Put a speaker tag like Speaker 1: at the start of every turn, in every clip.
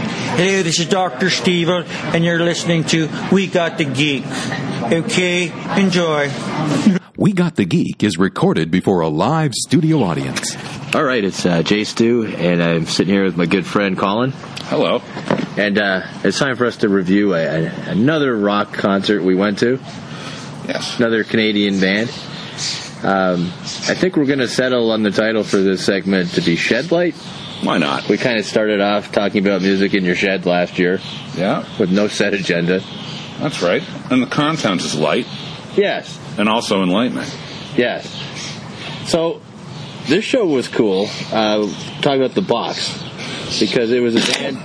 Speaker 1: Hello, this is Dr. Stevel, and you're listening to We Got the Geek. Okay, enjoy.
Speaker 2: We Got the Geek is recorded before a live studio audience.
Speaker 3: All right, it's uh, Jay Stu, and I'm sitting here with my good friend Colin.
Speaker 4: Hello.
Speaker 3: And uh, it's time for us to review a, a, another rock concert we went to,
Speaker 4: Yes.
Speaker 3: another Canadian band. Um, I think we're going to settle on the title for this segment to be Shed Light.
Speaker 4: Why not?
Speaker 3: We kind of started off talking about music in your shed last year
Speaker 4: Yeah,
Speaker 3: with no set agenda.
Speaker 4: that's right. And the content is light
Speaker 3: Yes,
Speaker 4: and also enlightening.
Speaker 3: yes. So this show was cool. Uh, talking about the box because it was a band.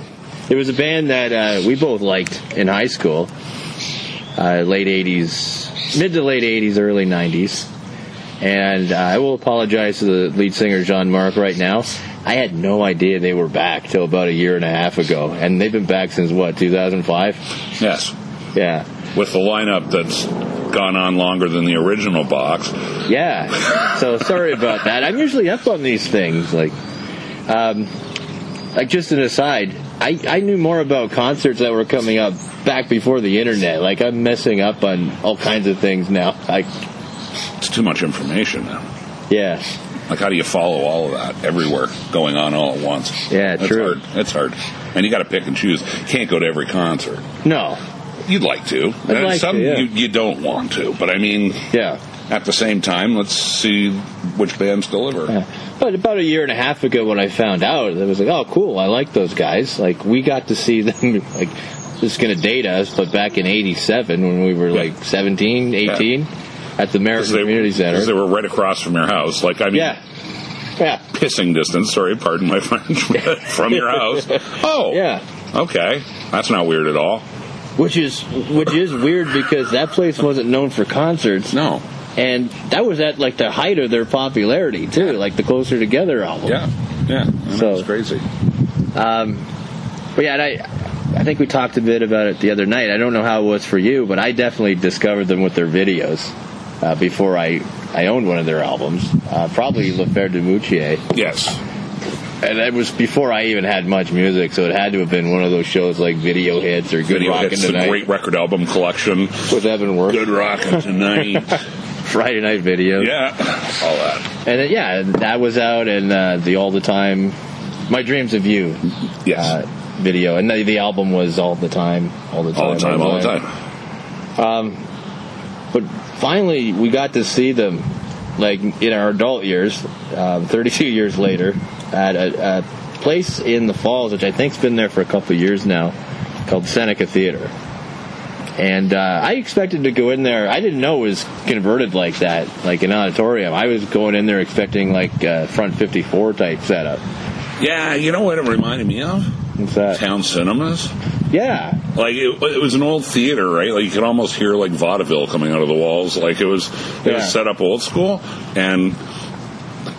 Speaker 3: It was a band that uh, we both liked in high school, uh, late '80s, mid to late '80s, early '90s. And uh, I will apologize to the lead singer John Mark right now. I had no idea they were back till about a year and a half ago, and they've been back since what 2005.
Speaker 4: Yes.
Speaker 3: Yeah,
Speaker 4: With the lineup that's gone on longer than the original box.
Speaker 3: Yeah. So sorry about that. I'm usually up on these things. Like, um, like just an aside, I, I knew more about concerts that were coming up back before the internet. Like I'm messing up on all kinds of things now. Like,
Speaker 4: It's too much information now.
Speaker 3: yeah,
Speaker 4: Like, how do you follow all of that everywhere going on all at once?
Speaker 3: Yeah,
Speaker 4: That's
Speaker 3: true.
Speaker 4: Hard. That's hard. And you got to pick and choose. Can't go to every concert.
Speaker 3: no,
Speaker 4: You'd like to.
Speaker 3: I'd
Speaker 4: And
Speaker 3: like
Speaker 4: Some
Speaker 3: to, yeah.
Speaker 4: you, you don't want to. But I mean,
Speaker 3: yeah.
Speaker 4: at the same time, let's see which bands deliver.
Speaker 3: Yeah. But about a year and a half ago, when I found out, I was like, "Oh, cool! I like those guys." Like we got to see them. Like this is gonna date us, but back in '87, when we were like 17, 18, at the American Community Center.
Speaker 4: 'cause they were right across from your house. Like, I mean,
Speaker 3: Yeah. Yeah.
Speaker 4: pissing distance. Sorry, pardon my French. but from your house. Oh,
Speaker 3: Yeah.
Speaker 4: Okay, that's not weird at all.
Speaker 3: Which is which is weird because that place wasn't known for concerts.
Speaker 4: No.
Speaker 3: And that was at like the height of their popularity too, like the Closer Together album.
Speaker 4: Yeah. Yeah.
Speaker 3: So-
Speaker 4: So it's crazy.
Speaker 3: But yeah, and I I think we talked a bit about it the other night. I don't know how it was for you, but I definitely discovered them with their videos uh, before I I owned one of their albums, uh, probably Le Fer du Moutier.
Speaker 4: Yes.
Speaker 3: And that was before I even had much music, so it had to have been one of those shows like Video Hits or Good
Speaker 4: Video
Speaker 3: Rockin'
Speaker 4: hits the
Speaker 3: Tonight
Speaker 4: great record album collection.
Speaker 3: with Evan Worth.
Speaker 4: Good rockin' tonight.
Speaker 3: Friday Night Video.
Speaker 4: yeah. All that.
Speaker 3: And then, yeah, that was out, and uh, the all the time, my dreams of you,
Speaker 4: Yes.
Speaker 3: uh, video, and the, the album was all the time, all the time,
Speaker 4: all the time. All the time.
Speaker 3: But finally, we got to see them, like in our adult years, um, 32 years later, at a, a place in the Falls, which I think's been there for a couple of years now, called Seneca Theater. And uh, I expected to go in there. I didn't know it was converted like that, like an auditorium. I was going in there expecting like uh, front 54 type setup.
Speaker 4: Yeah. You know what it reminded me of?
Speaker 3: What's that?
Speaker 4: Town cinemas.
Speaker 3: Yeah,
Speaker 4: Like it, it was an old theater, right? Like you could almost hear like vaudeville coming out of the walls. Like it was, it
Speaker 3: Yeah.
Speaker 4: was set up old school, and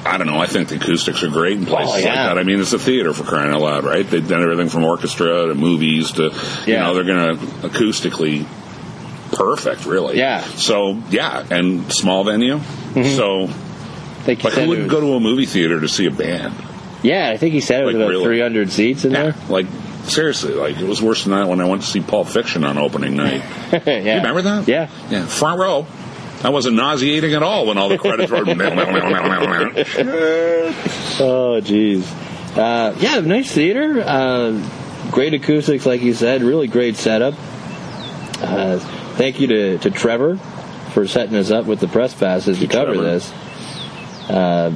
Speaker 4: I don't know. I think the acoustics are great in places
Speaker 3: Oh, yeah.
Speaker 4: like that. I mean, it's a theater for crying out loud, right? They've done everything from orchestra to movies to, you
Speaker 3: Yeah.
Speaker 4: know, they're going to acoustically perfect, really.
Speaker 3: Yeah.
Speaker 4: So yeah, and small venue. So
Speaker 3: I think he said
Speaker 4: like, who
Speaker 3: it
Speaker 4: wouldn't
Speaker 3: was-
Speaker 4: go to a movie theater to see a band?
Speaker 3: Yeah, I think he said it was
Speaker 4: Like,
Speaker 3: about
Speaker 4: really?
Speaker 3: 300 seats in
Speaker 4: Yeah.
Speaker 3: there.
Speaker 4: Like seriously, like it was worse than that when I went to see Pulp Fiction on opening night.
Speaker 3: yeah.
Speaker 4: You remember that?
Speaker 3: Yeah.
Speaker 4: Yeah. Front row. That wasn't nauseating at all when all the credits were.
Speaker 3: Oh, jeez. Uh, yeah, nice theater. Uh, great acoustics, like you said. Really great setup. Uh, thank you to, to Trevor for setting us up with the press passes to cover
Speaker 4: Trevor.
Speaker 3: this. Uh,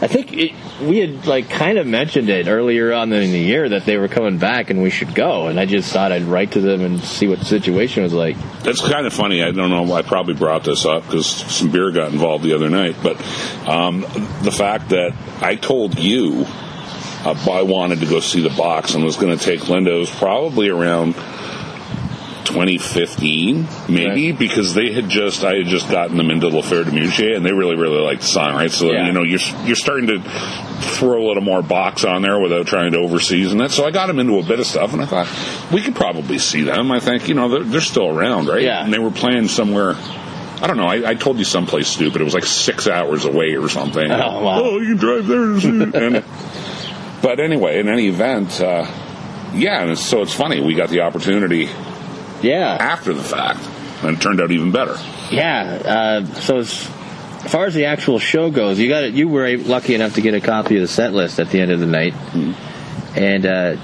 Speaker 3: I think it, we had like kind of mentioned it earlier on in the year that they were coming back and we should go. And I just thought I'd write to them and see what the situation was like.
Speaker 4: That's kind of funny. I don't know. I probably brought this up because some beer got involved the other night. But um, the fact that I told you uh, I wanted to go see the box and was going to take Linda was probably around 2015, maybe, because they had just I had just gotten them into La Faire de Muche, and they really really liked the song, right? So
Speaker 3: Yeah.
Speaker 4: you know you're you're starting to throw a little more box on there without trying to overseason it. So I got them into a bit of stuff, and I thought we could probably see them. I think you know they're, they're still around, right?
Speaker 3: Yeah.
Speaker 4: And they were playing somewhere. I don't know. I, I told you someplace stupid. It was like six hours away or something.
Speaker 3: Oh, wow.
Speaker 4: Oh, you can drive there. and- but anyway, in any event, uh, yeah, and it's, so it's funny. We got the opportunity
Speaker 3: Yeah,
Speaker 4: after the fact, and it turned out even better.
Speaker 3: yeah. Uh, so as as far as the actual show goes, you got it. You were lucky enough to get a copy of the set list at the end of the night, and uh,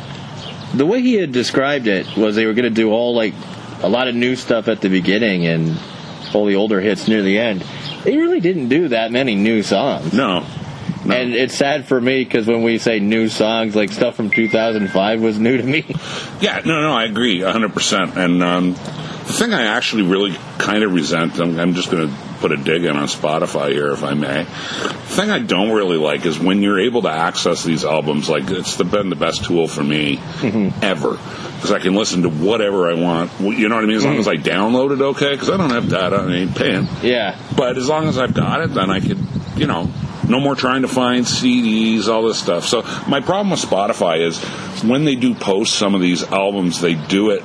Speaker 3: the way he had described it was they were going to do all like a lot of new stuff at the beginning and all the older hits near the end. They really didn't do that many new songs.
Speaker 4: No, no.
Speaker 3: And it's sad for me because when we say new songs, like stuff from 2005 was new to me.
Speaker 4: Yeah, no, no, I agree 100%. And um, the thing I actually really kind of resent, I'm, I'm just going to put a dig in on Spotify here, if I may. The thing I don't really like is when you're able to access these albums, like, it's the, been the best tool for me ever. Because I can listen to whatever I want. You know what I mean? As long as I download it, okay? Because I don't have data, I ain't paying.
Speaker 3: yeah.
Speaker 4: But as long as I've got it, then I could, you know, no more trying to find CDs, all this stuff. So my problem with Spotify is when they do post some of these albums, they do it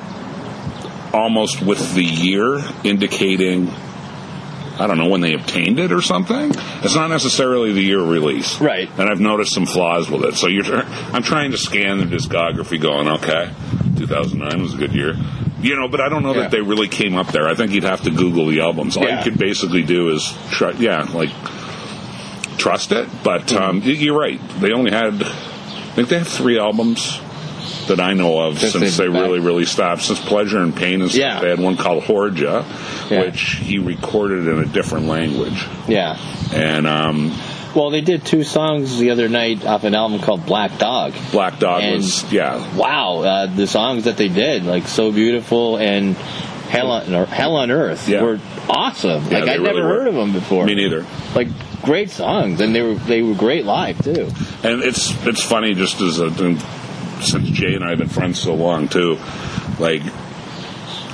Speaker 4: almost with the year indicating, I don't know, when they obtained it or something. It's not necessarily the year of release.
Speaker 3: Right.
Speaker 4: And I've noticed some flaws with it. So you're, tr- I'm trying to scan the discography going, okay, 2009 was a good year. You know, but I don't know
Speaker 3: Yeah.
Speaker 4: that they really came up there. I think you'd have to Google the albums. All
Speaker 3: Yeah.
Speaker 4: you could basically do is try, yeah, like trust it. But
Speaker 3: Mm-hmm.
Speaker 4: um, y- you're right. They only had, I think they have three albums that I know of
Speaker 3: Since
Speaker 4: since they
Speaker 3: they've been
Speaker 4: really,
Speaker 3: back.
Speaker 4: really stopped. Since Pleasure and Pain and stuff.
Speaker 3: Yeah.
Speaker 4: They had one called Horja,
Speaker 3: Yeah.
Speaker 4: which he recorded in a different language.
Speaker 3: Yeah.
Speaker 4: And um,
Speaker 3: Well, they did two songs the other night off an album called Black Dog.
Speaker 4: Black Dog
Speaker 3: And-
Speaker 4: was, yeah,
Speaker 3: Wow, uh, the songs that they did, like So Beautiful and Hell on, or Hell on Earth,
Speaker 4: Yeah.
Speaker 3: were awesome.
Speaker 4: Yeah,
Speaker 3: like,
Speaker 4: they
Speaker 3: I'd
Speaker 4: really
Speaker 3: never
Speaker 4: were.
Speaker 3: heard of them before.
Speaker 4: me neither.
Speaker 3: Like, great songs, and they were they were great live, too.
Speaker 4: and it's it's funny just as a since Jay and I have been friends so long too, like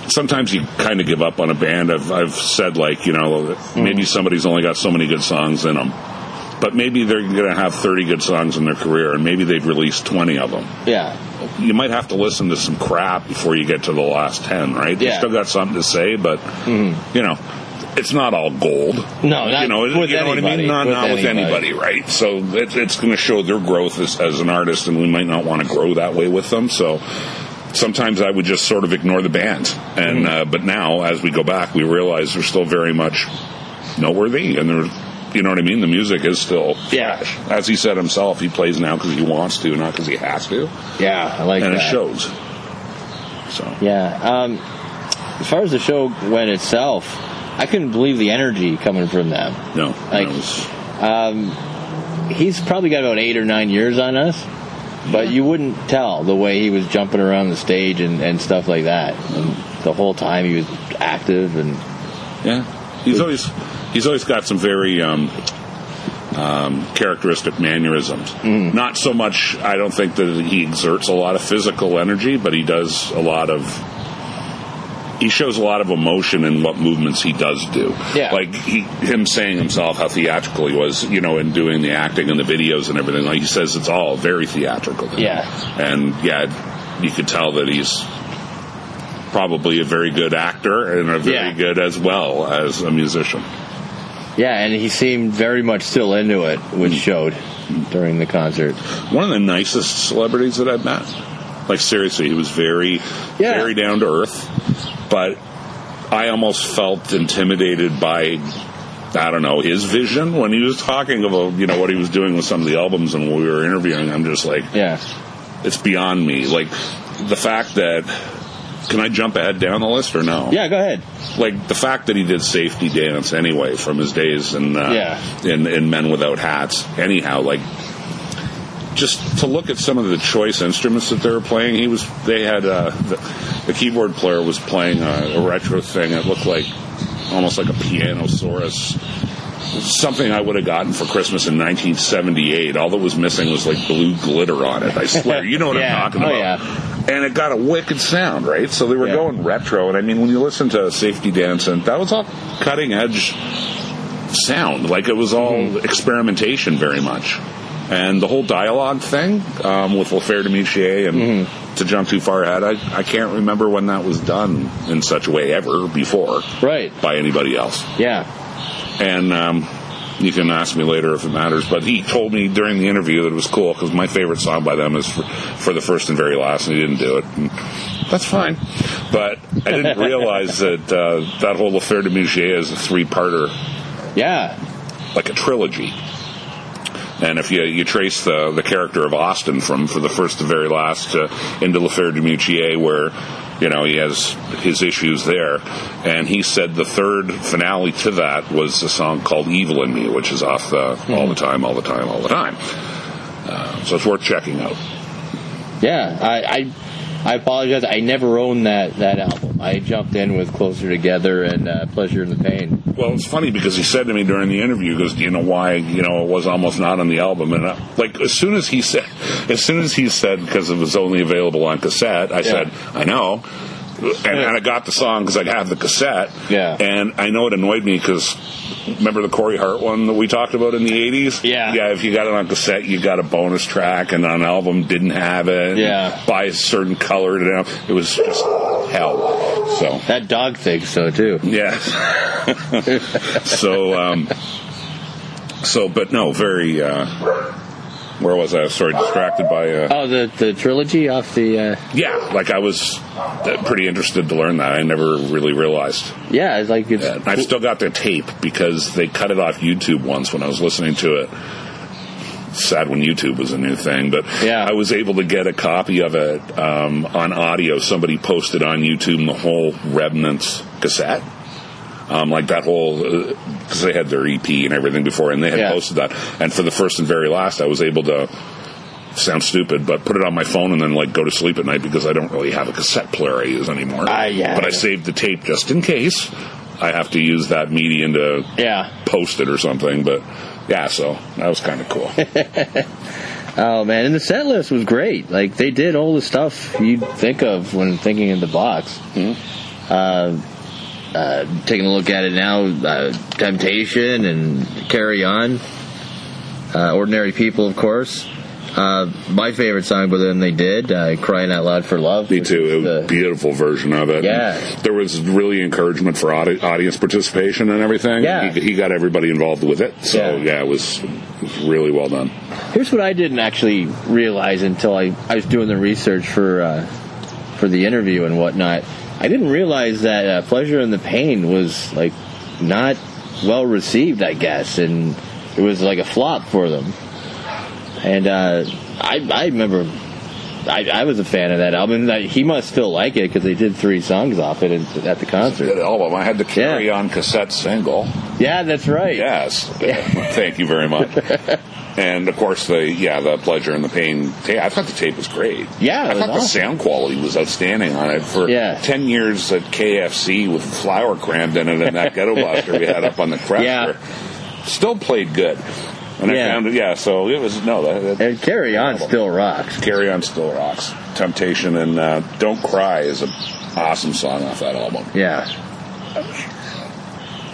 Speaker 4: sometimes you kind of give up on a band. I've I've said like you know maybe somebody's only got so many good songs in them, but maybe they're going to have thirty good songs in their career, and maybe they've released twenty of them.
Speaker 3: Yeah.
Speaker 4: You might have to listen to some crap before you get to the last ten, right? They
Speaker 3: Yeah.
Speaker 4: still got something to say, but you know. It's not all gold.
Speaker 3: No, not
Speaker 4: you know,
Speaker 3: with
Speaker 4: you know what I
Speaker 3: anybody,
Speaker 4: mean. Not,
Speaker 3: with
Speaker 4: not with
Speaker 3: anybody.
Speaker 4: anybody right? So it, it's going to show their growth as, as an artist, and we might not want to grow that way with them. So sometimes I would just sort of ignore the band,
Speaker 3: Hmm.
Speaker 4: and uh, but now as we go back, we realize they're still very much noteworthy, and they're. You know what I mean? The music is still
Speaker 3: Yeah.
Speaker 4: fresh. As he said himself, he plays now because he wants to, not because he has to,
Speaker 3: Yeah, I like
Speaker 4: and
Speaker 3: that.
Speaker 4: it shows. So
Speaker 3: Yeah. Um, as far as the show went itself, I couldn't believe the energy coming from them.
Speaker 4: no,
Speaker 3: Like-
Speaker 4: that was-
Speaker 3: He's probably got about eight or nine years on us, but you wouldn't tell the way he was jumping around the stage and, and stuff like that. And the whole time he was active and
Speaker 4: Yeah, he's always he's always got some very um, um, characteristic mannerisms.
Speaker 3: Mm.
Speaker 4: Not so much. I don't think that he exerts a lot of physical energy, but he does a lot of. He shows a lot of emotion in what movements he does do.
Speaker 3: Yeah.
Speaker 4: Like he, him saying himself how theatrical he was, you know, in doing the acting and the videos and everything. Like he says, it's all very theatrical. to him.
Speaker 3: Yeah.
Speaker 4: And yeah, you could tell that he's probably a very good actor and a very
Speaker 3: Yeah.
Speaker 4: good as well as a musician.
Speaker 3: yeah, and he seemed very much still into it, which showed during the concert.
Speaker 4: One of the nicest celebrities that I've met. Like seriously, he was very,
Speaker 3: Yeah.
Speaker 4: very down to earth. But I almost felt intimidated by, I don't know, his vision when he was talking about you know what he was doing with some of the albums and when we were interviewing. I'm just like,
Speaker 3: Yeah.
Speaker 4: it's beyond me. Like the fact that. Can I jump ahead down the list or no?
Speaker 3: Yeah, go ahead.
Speaker 4: like the fact that he did safety dance anyway from his days in uh,
Speaker 3: Yeah.
Speaker 4: in, in Men Without Hats. Anyhow, like just to look at some of the choice instruments that they were playing, he was they had uh, the, the keyboard player was playing a, a retro thing. It looked like almost like a pianosaurus. Something I would have gotten for Christmas in 1978. All that was missing was like blue glitter on it. I swear, you know what
Speaker 3: Yeah.
Speaker 4: I'm talking
Speaker 3: Oh,
Speaker 4: about
Speaker 3: yeah.
Speaker 4: and it got a wicked sound, right? So they were
Speaker 3: Yeah.
Speaker 4: going retro, and I mean, when you listen to Safety Dance, and that was all cutting edge sound, like it was all
Speaker 3: Mm-hmm.
Speaker 4: experimentation very much. And the whole dialogue thing um, with Lafer Demichier and
Speaker 3: Mm-hmm.
Speaker 4: to jump too far ahead, I, I can't remember when that was done in such a way ever before
Speaker 3: Right.
Speaker 4: by anybody else.
Speaker 3: Yeah.
Speaker 4: And um, You can ask me later if it matters. But he told me during the interview that it was cool because my favorite song by them is for, for the first and very last, and he didn't do it. And that's fine. But I didn't realize that uh, that whole affair de Mugier is a three-parter,
Speaker 3: Yeah.
Speaker 4: like a trilogy. And if you, you trace the, the character of Austin from for the first to very last uh, into L'Affaire du Moutier, where you know he has his issues there, and he said the third finale to that was a song called "Evil in Me," which is off the all the time, all the time, all the time. Uh, so it's worth checking out.
Speaker 3: Yeah. I, I I apologize. I never owned that that album. I jumped in with Closer Together and uh, Pleasure and the Pain.
Speaker 4: Well, it's funny because he said to me during the interview, he goes, "Do you know why? You know, it was almost not on the album." And uh, like as soon as he said, as soon as he said, because it was only available on cassette, I said, "I know." And, and I got the song because I have the cassette.
Speaker 3: Yeah.
Speaker 4: And I know it annoyed me because remember the Corey Hart one that we talked about in the 80s?
Speaker 3: Yeah.
Speaker 4: Yeah, if you got it on cassette, you got a bonus track, and on album, didn't have it.
Speaker 3: Yeah.
Speaker 4: By a certain color. you know, It was just hell. So.
Speaker 3: That dog thinks so too.
Speaker 4: Yeah. so, um, so, but no, very. Uh, where was I? Sorry, distracted by. Uh,
Speaker 3: Oh, the the trilogy off the. Uh,
Speaker 4: yeah, like I was uh, pretty interested to learn that. I never really realized.
Speaker 3: yeah, it's like it's.
Speaker 4: And I've still got the tape because they cut it off YouTube once when I was listening to it. Sad when YouTube was a new thing, but
Speaker 3: Yeah.
Speaker 4: I was able to get a copy of it um, on audio. Somebody posted on YouTube the whole Remnants cassette. Um, like that whole, because they had their EP and everything before, and they had
Speaker 3: Yeah.
Speaker 4: posted that. And for the first and very last, I was able to sound stupid, but put it on my phone and then like go to sleep at night because I don't really have a cassette player I use anymore.
Speaker 3: Ah, yeah.
Speaker 4: but I saved the tape just in case I have to use that medium to
Speaker 3: yeah.
Speaker 4: post it or something. But yeah, so that was kind of cool.
Speaker 3: Oh man, and the set list was great. Like they did all the stuff you'd think of when thinking in the box.
Speaker 4: Mm-hmm.
Speaker 3: Uh, uh, taking a look at it now, uh, Temptation and Carry On, uh, Ordinary People, of course. Uh, my favorite song by them they did, uh, Crying Out Loud for Love.
Speaker 4: Me
Speaker 3: which
Speaker 4: too.
Speaker 3: is
Speaker 4: It was
Speaker 3: the-
Speaker 4: a beautiful version of it.
Speaker 3: Yeah.
Speaker 4: And There was really encouragement for audi- audience participation and everything.
Speaker 3: Yeah.
Speaker 4: He, he got everybody involved with it. So
Speaker 3: Yeah.
Speaker 4: yeah, it was really well done.
Speaker 3: Here's what I didn't actually realize until I, I was doing the research for uh, for the interview and whatnot. I didn't realize that uh, Pleasure and the Pain was like not well received, I guess, and it was like a flop for them. And uh, I I remember I, I was a fan of that album. And I, he must still like it because they did three songs off it at at the concert.
Speaker 4: All of them. I had the
Speaker 3: Carry
Speaker 4: on cassette single.
Speaker 3: Yeah, that's right.
Speaker 4: Yes. Thank you very much. And of course, the yeah, the pleasure and the pain. ta- I thought the tape was great.
Speaker 3: Yeah, it
Speaker 4: I
Speaker 3: was
Speaker 4: thought the
Speaker 3: awesome.
Speaker 4: sound quality was outstanding on it. For
Speaker 3: Yeah.
Speaker 4: ten years at KFC with flour crammed in it and that ghetto blaster we had up on the
Speaker 3: Yeah.
Speaker 4: crusher, still played good. And
Speaker 3: Yeah.
Speaker 4: I found it. Yeah, so it was no. That, that,
Speaker 3: And Carry On still rocks.
Speaker 4: Carry on still rocks. Temptation and uh, Don't Cry is an awesome song off that album.
Speaker 3: Yeah.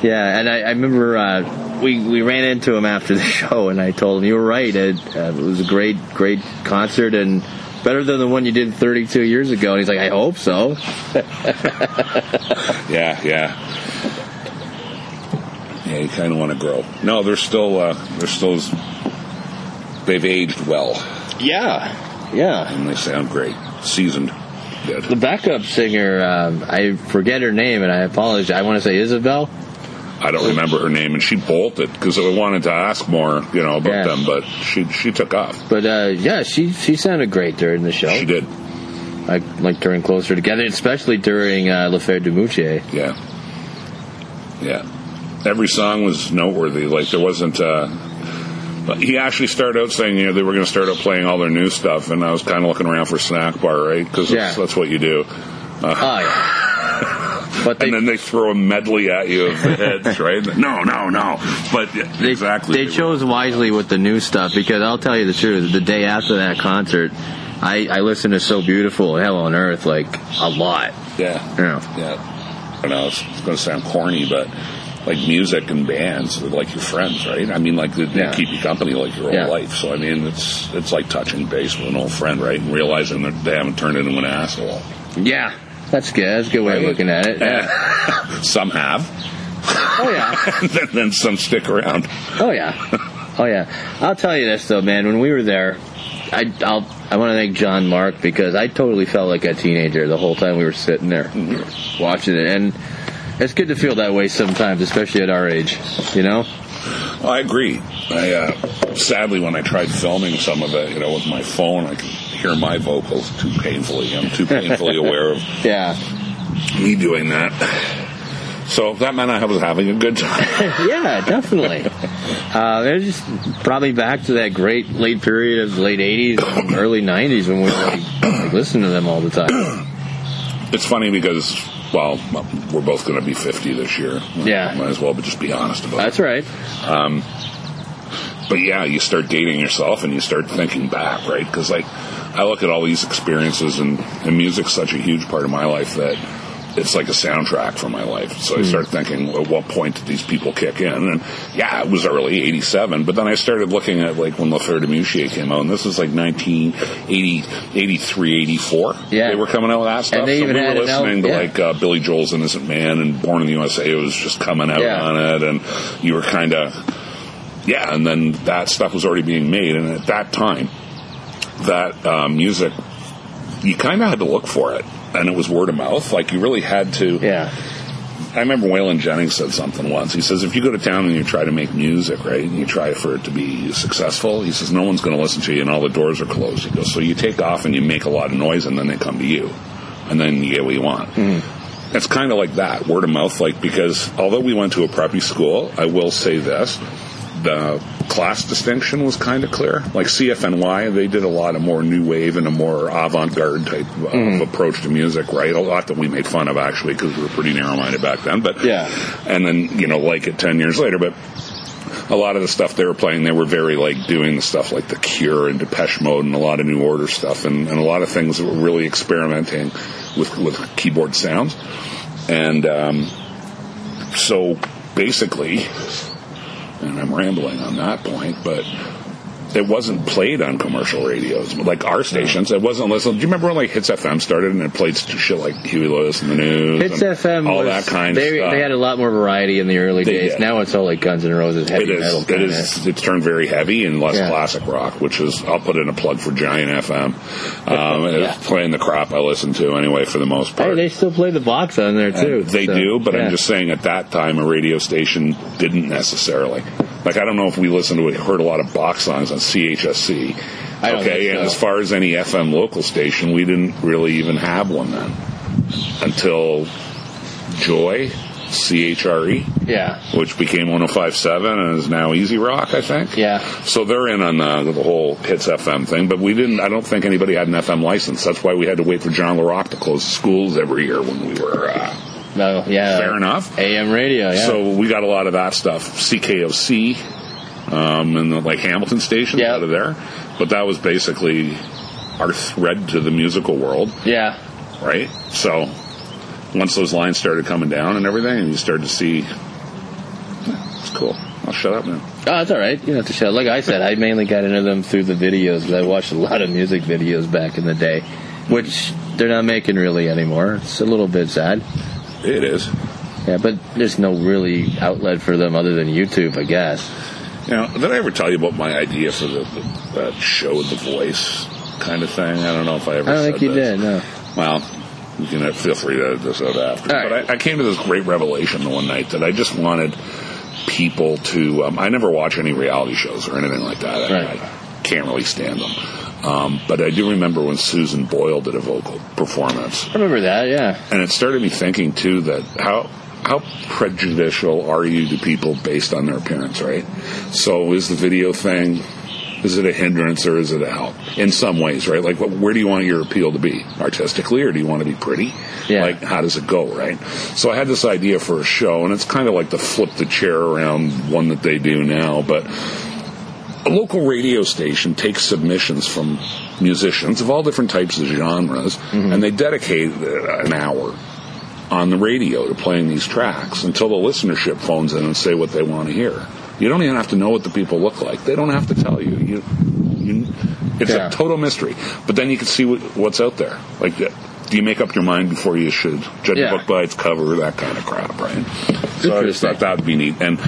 Speaker 3: Yeah, and I, I remember uh, we we ran into him after the show, and I told him you were right. It, uh, it was a great great concert and better than the one you did 32 years ago. And he's like, I hope so.
Speaker 4: Yeah, yeah. Yeah, you kind of want to grow. No, they're still, uh, they're still, they've aged well
Speaker 3: Yeah, yeah.
Speaker 4: and they sound great, seasoned,
Speaker 3: The
Speaker 4: good.
Speaker 3: backup singer, um, I forget her name, and I apologize. I want to say Isabel.
Speaker 4: I don't remember her name, and she bolted because I wanted to ask more, you know, about
Speaker 3: Yeah.
Speaker 4: them, but she she took off.
Speaker 3: But uh, yeah, she she sounded great during the show.
Speaker 4: She did,
Speaker 3: I like during Closer Together, especially during uh, La Faire du Moutier.
Speaker 4: yeah, yeah. Every song was noteworthy. Like there wasn't. uh but he actually started out saying, you know, they were going to start out playing all their new stuff, and I was kind of looking around for snack bar, right? Because
Speaker 3: Yeah.
Speaker 4: that's, that's what you do.
Speaker 3: Oh, yeah. But they
Speaker 4: Uh-huh. and then they throw a medley at you of the hits, right? No, no, no. But
Speaker 3: They,
Speaker 4: exactly,
Speaker 3: They chose wisely with the new stuff because I'll tell you the truth. The day after that concert, I, I listened to "So Beautiful" and "Hell on Earth" like a lot.
Speaker 4: Yeah,
Speaker 3: You know.
Speaker 4: yeah. I know it's, it's going to sound corny, but like music and bands are like your friends, right? I mean, like they, they
Speaker 3: Yeah.
Speaker 4: keep you company like your whole
Speaker 3: Yeah.
Speaker 4: life. So I mean, it's it's like touching base with an old friend, right? And realizing that they haven't turned into an asshole.
Speaker 3: Yeah, that's good. That's a good way of looking at it.
Speaker 4: Some have.
Speaker 3: Oh yeah.
Speaker 4: then, then some stick around.
Speaker 3: Oh yeah, oh yeah. I'll tell you this though, man. When we were there, I I'll, I want to thank John Mark because I totally felt like a teenager the whole time we were sitting there watching it, and it's good to feel that way sometimes, especially at our age. You know?
Speaker 4: I agree. I uh, sadly, when I tried filming some of it, you know, with my phone, I could hear my vocals too painfully. I'm too painfully aware of
Speaker 3: Yeah.
Speaker 4: me doing that. So that meant I was having a good time.
Speaker 3: yeah, definitely. Uh, they're just probably back to that great late period of the late '80s and early '90s when we like, like listened to them all the time.
Speaker 4: It's funny because, well, we're both going to be 50 this year.
Speaker 3: Yeah.
Speaker 4: Might as well but just be honest about
Speaker 3: That's right.
Speaker 4: it. But yeah, you start dating yourself and you start thinking back, right? Because, like, I look at all these experiences, and, and music's such a huge part of my life that it's like a soundtrack for my life.
Speaker 3: Hmm.
Speaker 4: So I start thinking, at what point did these people kick in? And yeah, it was early, 87. But then I started looking at, like, when La Fleur de Mucier came out, and this was like 1980, 83, 84.
Speaker 3: Yeah.
Speaker 4: They were coming out with that stuff.
Speaker 3: And they
Speaker 4: so
Speaker 3: even
Speaker 4: we were
Speaker 3: had an album-
Speaker 4: listening to,
Speaker 3: yeah.
Speaker 4: like, like uh, Billy Joel's Innocent Man and Born in the USA was just coming out
Speaker 3: Yeah.
Speaker 4: on it, and you were kind of yeah, and then that stuff was already being made, and at that time, that uh, music you kind of had to look for it, and it was word of mouth. Like you really had to.
Speaker 3: Yeah.
Speaker 4: I remember Waylon Jennings said something once. He says, if you go to town and you try to make music, right, and you try for it to be successful, he says, no one's going to listen to you and all the doors are closed. He goes, so you take off and you make a lot of noise and then they come to you. And then you get what you want. It's kind of like that, word of mouth, like, because although we went to a preppy school, I will say this. The class distinction was kind of clear. Like CFNY, they did a lot of more new wave and a more avant garde type of approach to music, right? A lot that we made fun of actually because we were pretty narrow minded back then. But
Speaker 3: Yeah.
Speaker 4: and then you know like it 10 years later but a lot of the stuff they were playing they were very like doing the stuff like the cure and depeche mode and a lot of new order stuff and, and a lot of things that were really experimenting with with keyboard sounds and um, so basically and i'm rambling on that point but it wasn't played on commercial radios, like our stations. It wasn't listened. Do you remember when like Hits FM started and it played shit like Huey Lewis and the News,
Speaker 3: Hits
Speaker 4: and
Speaker 3: FM,
Speaker 4: all
Speaker 3: was,
Speaker 4: that kind
Speaker 3: they,
Speaker 4: of stuff?
Speaker 3: They had a lot more variety in the early
Speaker 4: They
Speaker 3: days.
Speaker 4: did.
Speaker 3: Now it's all like Guns N' Roses, heavy
Speaker 4: It is.
Speaker 3: metal.
Speaker 4: It
Speaker 3: kinda.
Speaker 4: is. It's turned very heavy and less
Speaker 3: Yeah.
Speaker 4: classic rock, which is. I'll put in a plug for Giant FM. Um, It's playing the crap I listen to anyway, for the most
Speaker 3: Hey,
Speaker 4: part.
Speaker 3: they still play the box on there too.
Speaker 4: And they
Speaker 3: so,
Speaker 4: do, but
Speaker 3: yeah.
Speaker 4: I'm just saying at that time a radio station didn't necessarily. Like I don't know if we listened to it, heard a lot of box songs on CHSC.
Speaker 3: I don't
Speaker 4: okay,
Speaker 3: think
Speaker 4: and
Speaker 3: so.
Speaker 4: as far as any FM local station, we didn't really even have one then until Joy CHRE
Speaker 3: Yeah.
Speaker 4: E, which became 1057 and is now Easy Rock, I think.
Speaker 3: Yeah.
Speaker 4: So they're in on uh, the, the whole Hits FM thing, but we didn't, I don't think anybody had an FM license. That's why we had to wait for John LaRock to close the schools every year when we were. Uh,
Speaker 3: No. Yeah.
Speaker 4: Fair enough.
Speaker 3: AM radio. Yeah.
Speaker 4: So we got a lot of that stuff. CKOC um, and the, like Hamilton Station
Speaker 3: Yeah.
Speaker 4: out of there. But that was basically our thread to the musical world
Speaker 3: yeah.
Speaker 4: right? So once those lines started coming down and everything, and you started to see, it's cool. I'll shut up now.
Speaker 3: Oh, that's all right. You don't have to show. Like I said, I mainly got into them through the videos. 'cause I watched a lot of music videos back in the day, which they're not making really anymore. It's a little bit sad.
Speaker 4: It is.
Speaker 3: Yeah, but there's no really outlet for them other than YouTube, I guess.
Speaker 4: You know, did I ever tell you about my idea for the, the that show, The Voice kind of thing? I don't know if I ever.
Speaker 3: I don't
Speaker 4: said
Speaker 3: think you did.
Speaker 4: this.
Speaker 3: No.
Speaker 4: Well, you can feel free to edit this out after.
Speaker 3: All
Speaker 4: but
Speaker 3: right.
Speaker 4: I, I came to this great revelation the one night that I just wanted people to. Um, I never watch any reality shows or anything like that. I,
Speaker 3: Right.
Speaker 4: I can't really stand them. Um, but I do remember when Susan Boyle did a vocal performance,
Speaker 3: I remember that. Yeah.
Speaker 4: and it started me thinking too that how how prejudicial are you to people based on their appearance, right? So is the video thing is it a hindrance or is it a help in some ways, right? Like, what, where do you want your appeal to be artistically, or do you want to be pretty?
Speaker 3: Yeah.
Speaker 4: Like, how does it go, right? So I had this idea for a show, and it's kind of like the flip the chair around one that they do now, but a local radio station takes submissions from musicians of all different types of genres,
Speaker 3: Mm-hmm.
Speaker 4: and they dedicate uh, an hour on the radio to playing these tracks until the listenership phones in and say what they want to hear. You don't even have to know what the people look like. They don't have to tell you. You, you it's
Speaker 3: Yeah.
Speaker 4: a total mystery. But then you can see what, what's out there. Like that- you make up your mind before you should judge
Speaker 3: Yeah.
Speaker 4: a book by its cover, that kind of crap, right? So I just
Speaker 3: Interesting.
Speaker 4: thought that would be neat. And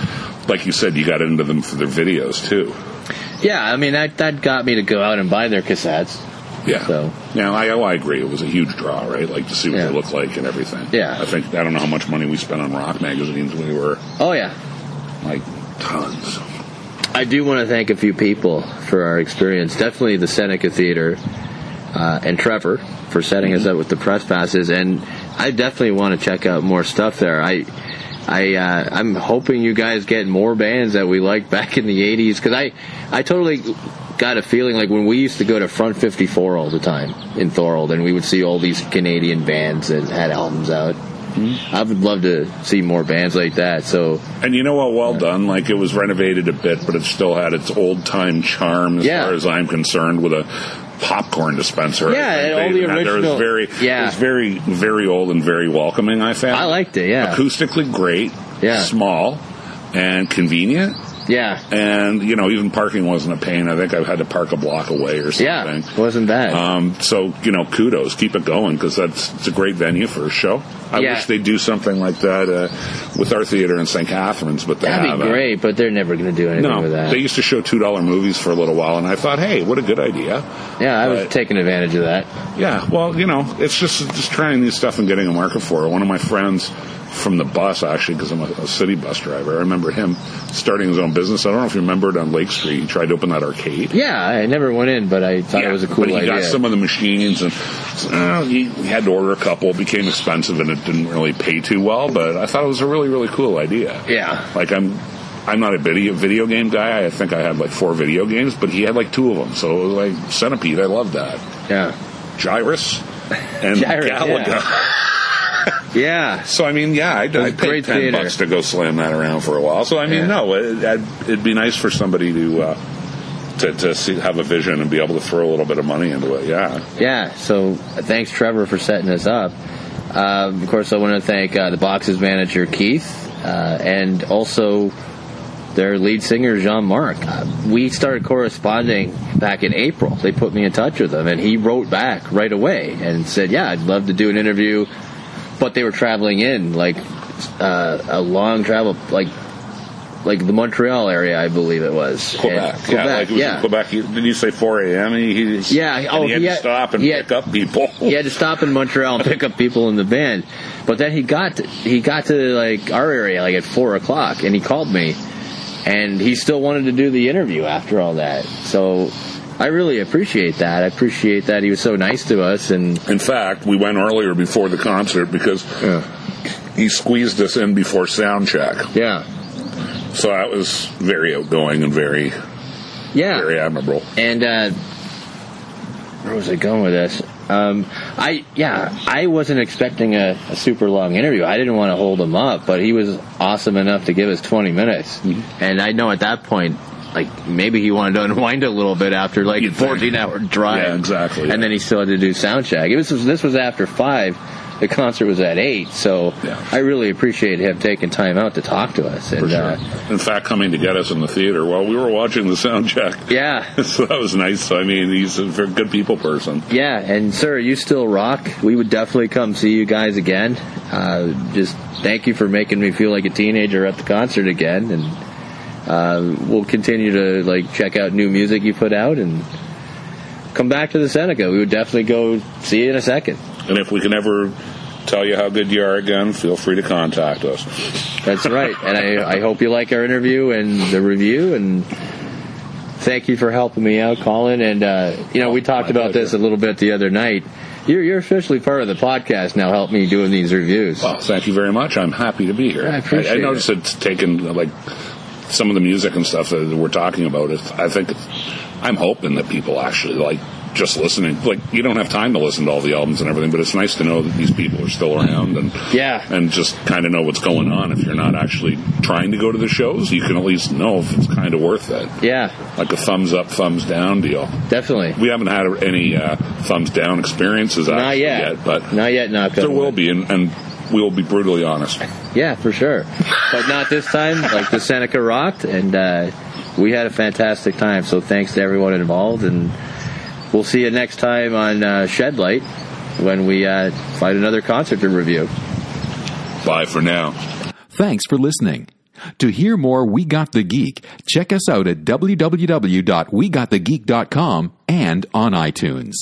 Speaker 4: like you said, you got into them for their videos too.
Speaker 3: Yeah, I mean that that got me to go out and buy their cassettes.
Speaker 4: Yeah.
Speaker 3: So-
Speaker 4: Now I, oh, I agree. It was a huge draw, right? Like to see what
Speaker 3: Yeah.
Speaker 4: they look like and everything.
Speaker 3: Yeah.
Speaker 4: I think I don't know how much money we spent on rock magazines. We were
Speaker 3: Oh yeah,
Speaker 4: like tons.
Speaker 3: I do want to thank a few people for our experience. Definitely the Seneca Theater uh, and Trevor for setting us up with the press passes, and I definitely want to check out more stuff there. I. I uh, I'm hoping you guys get more bands that we liked back in the '80s because I I totally got a feeling like when we used to go to Front 54 all the time in Thorold and we would see all these Canadian bands that had albums out. I would love to see more bands like that. So
Speaker 4: And you know what? Well done. Like it was renovated a bit, but it still had its old time charm as
Speaker 3: Yeah.
Speaker 4: far as I'm concerned with a popcorn dispenser. I
Speaker 3: Yeah,
Speaker 4: think
Speaker 3: and
Speaker 4: they
Speaker 3: all the
Speaker 4: even had- There
Speaker 3: original-
Speaker 4: was very,
Speaker 3: Yeah.
Speaker 4: it was very, very old and very welcoming. I found.
Speaker 3: I liked it. Yeah,
Speaker 4: acoustically great.
Speaker 3: Yeah.
Speaker 4: small and convenient.
Speaker 3: yeah.
Speaker 4: And you know, even parking wasn't a pain. I think I had to park a block away or something.
Speaker 3: Yeah, wasn't bad.
Speaker 4: Um, so you know, kudos, keep it going because that's it's a great venue for a show. I
Speaker 3: Yeah.
Speaker 4: wish they would do something like that uh, with our theater in St. Catharines, but they
Speaker 3: That'd be
Speaker 4: haven't.
Speaker 3: great, but they're never going to do anything
Speaker 4: No,
Speaker 3: with that.
Speaker 4: they used to show two dollar movies for a little while, and I thought, hey, what a good idea.
Speaker 3: yeah, I was
Speaker 4: but-
Speaker 3: taking advantage of that.
Speaker 4: Yeah, well, you know, it's just just trying new stuff and getting a market for it. One of my friends from the bus, actually, because I'm a, a city bus driver, I remember him starting his own business. I don't know if you remember it on Lake Street. He tried to open that arcade.
Speaker 3: Yeah, I never went in, but I thought it was a cool
Speaker 4: but he
Speaker 3: idea.
Speaker 4: got some of the machines, and uh, he had to order a couple. It became expensive, and it didn't really pay too well. But I thought it was a really, really cool idea.
Speaker 3: Yeah.
Speaker 4: like I'm, I'm not a video video game guy. I think I had like four video games, but he had like two of them. So it was like Centipede. I love that.
Speaker 3: yeah,
Speaker 4: Gyrus and
Speaker 3: Gyrus,
Speaker 4: Galaga.
Speaker 3: yeah,
Speaker 4: So I mean, yeah, I, I
Speaker 3: was
Speaker 4: paid
Speaker 3: great
Speaker 4: ten
Speaker 3: theater.
Speaker 4: bucks to go slam that around for a while. So I mean,
Speaker 3: Yeah.
Speaker 4: no, it, I'd- it'd be nice for somebody to uh, to, to see, have a vision and be able to throw a little bit of money into it. Yeah,
Speaker 3: yeah. So thanks, Trevor, for setting us up. Um, of course, I want to thank uh, the boxes manager Keith, uh, and also their lead singer Jean Marc. Uh, we started corresponding back in April. They put me in touch with him, and he wrote back right away and said, "Yeah, I'd love to do an interview." But they were traveling in like uh, a long travel, like like the Montreal area, I believe it was.
Speaker 4: Quebec.
Speaker 3: And-
Speaker 4: yeah, like it was
Speaker 3: yeah.
Speaker 4: in Quebec. He- Did you say four a.m.? He, he,
Speaker 3: Yeah,
Speaker 4: and
Speaker 3: oh,
Speaker 4: he had
Speaker 3: he
Speaker 4: to
Speaker 3: had-
Speaker 4: stop and
Speaker 3: he had-
Speaker 4: pick up people.
Speaker 3: he had to stop in Montreal and pick up people in the van. But then he got to, he got to like our area like at four o'clock, and he called me, and he still wanted to do the interview after all that. So I really appreciate that. I appreciate that he was so nice to us, and
Speaker 4: In fact, we went earlier before the concert because
Speaker 3: yeah,
Speaker 4: he squeezed us in before sound check.
Speaker 3: yeah,
Speaker 4: So that was very outgoing and very
Speaker 3: yeah.
Speaker 4: very admirable.
Speaker 3: And uh, where was I going with this? Um, I yeah, I wasn't expecting a, a super long interview. I didn't want to hold him up, but he was awesome enough to give us 20 minutes.
Speaker 4: Mm-hmm.
Speaker 3: And I know at that point, like maybe he wanted to unwind a little bit after like
Speaker 4: You'd think.
Speaker 3: 14 hour drive.
Speaker 4: Yeah, exactly, yeah.
Speaker 3: And then he still had to do sound check. It was this was after five. The concert was at eight, so
Speaker 4: Yeah.
Speaker 3: I really appreciate him taking time out to talk to us. And,
Speaker 4: For sure.
Speaker 3: uh,
Speaker 4: In fact, coming to get us in the theater while we were watching the sound check.
Speaker 3: yeah,
Speaker 4: So that was nice. I mean, he's a very good people person.
Speaker 3: Yeah, and sir, you still rock. We would definitely come see you guys again. Uh, just thank you for making me feel like a teenager at the concert again, and uh, we'll continue to like check out new music you put out and come back to the Seneca. We would definitely go see you in a second.
Speaker 4: And if we can ever tell you how good you are again, feel free to contact us.
Speaker 3: That's right, and I, I hope you like our interview and the review and. Thank you for helping me out, Colin. And uh, you know, we talked
Speaker 4: My
Speaker 3: about this a
Speaker 4: pleasure.
Speaker 3: little bit the other night. You're you're officially part of the podcast now. Help me doing these reviews.
Speaker 4: Well, thank you very much. I'm happy to be here.
Speaker 3: I appreciate
Speaker 4: I, noticed it's taken like some of the music and stuff that we're talking about. It's, I think I'm hoping that people actually like just listening. Like you don't have time to listen to all the albums and everything, but it's nice to know that these people are still around and
Speaker 3: Yeah.
Speaker 4: and just kind of know what's going on. If you're not actually trying to go to the shows, you can at least know if it's kind of worth it.
Speaker 3: Yeah,
Speaker 4: Like a thumbs up, thumbs down deal.
Speaker 3: definitely.
Speaker 4: We haven't had any uh, thumbs down experiences
Speaker 3: Not
Speaker 4: actually
Speaker 3: yet.
Speaker 4: but
Speaker 3: not yet. Not
Speaker 4: there will be, and, and we'll be brutally honest.
Speaker 3: Yeah, for sure. but not this time. Like the Seneca rocked, and uh, we had a fantastic time. So thanks to everyone involved, and we'll see you next time on uh, Shed Light. when we uh, find another concert to review.
Speaker 4: Bye for now.
Speaker 2: Thanks for listening. To hear more We Got the Geek, check us out at www.wegotthegeek.com and on iTunes.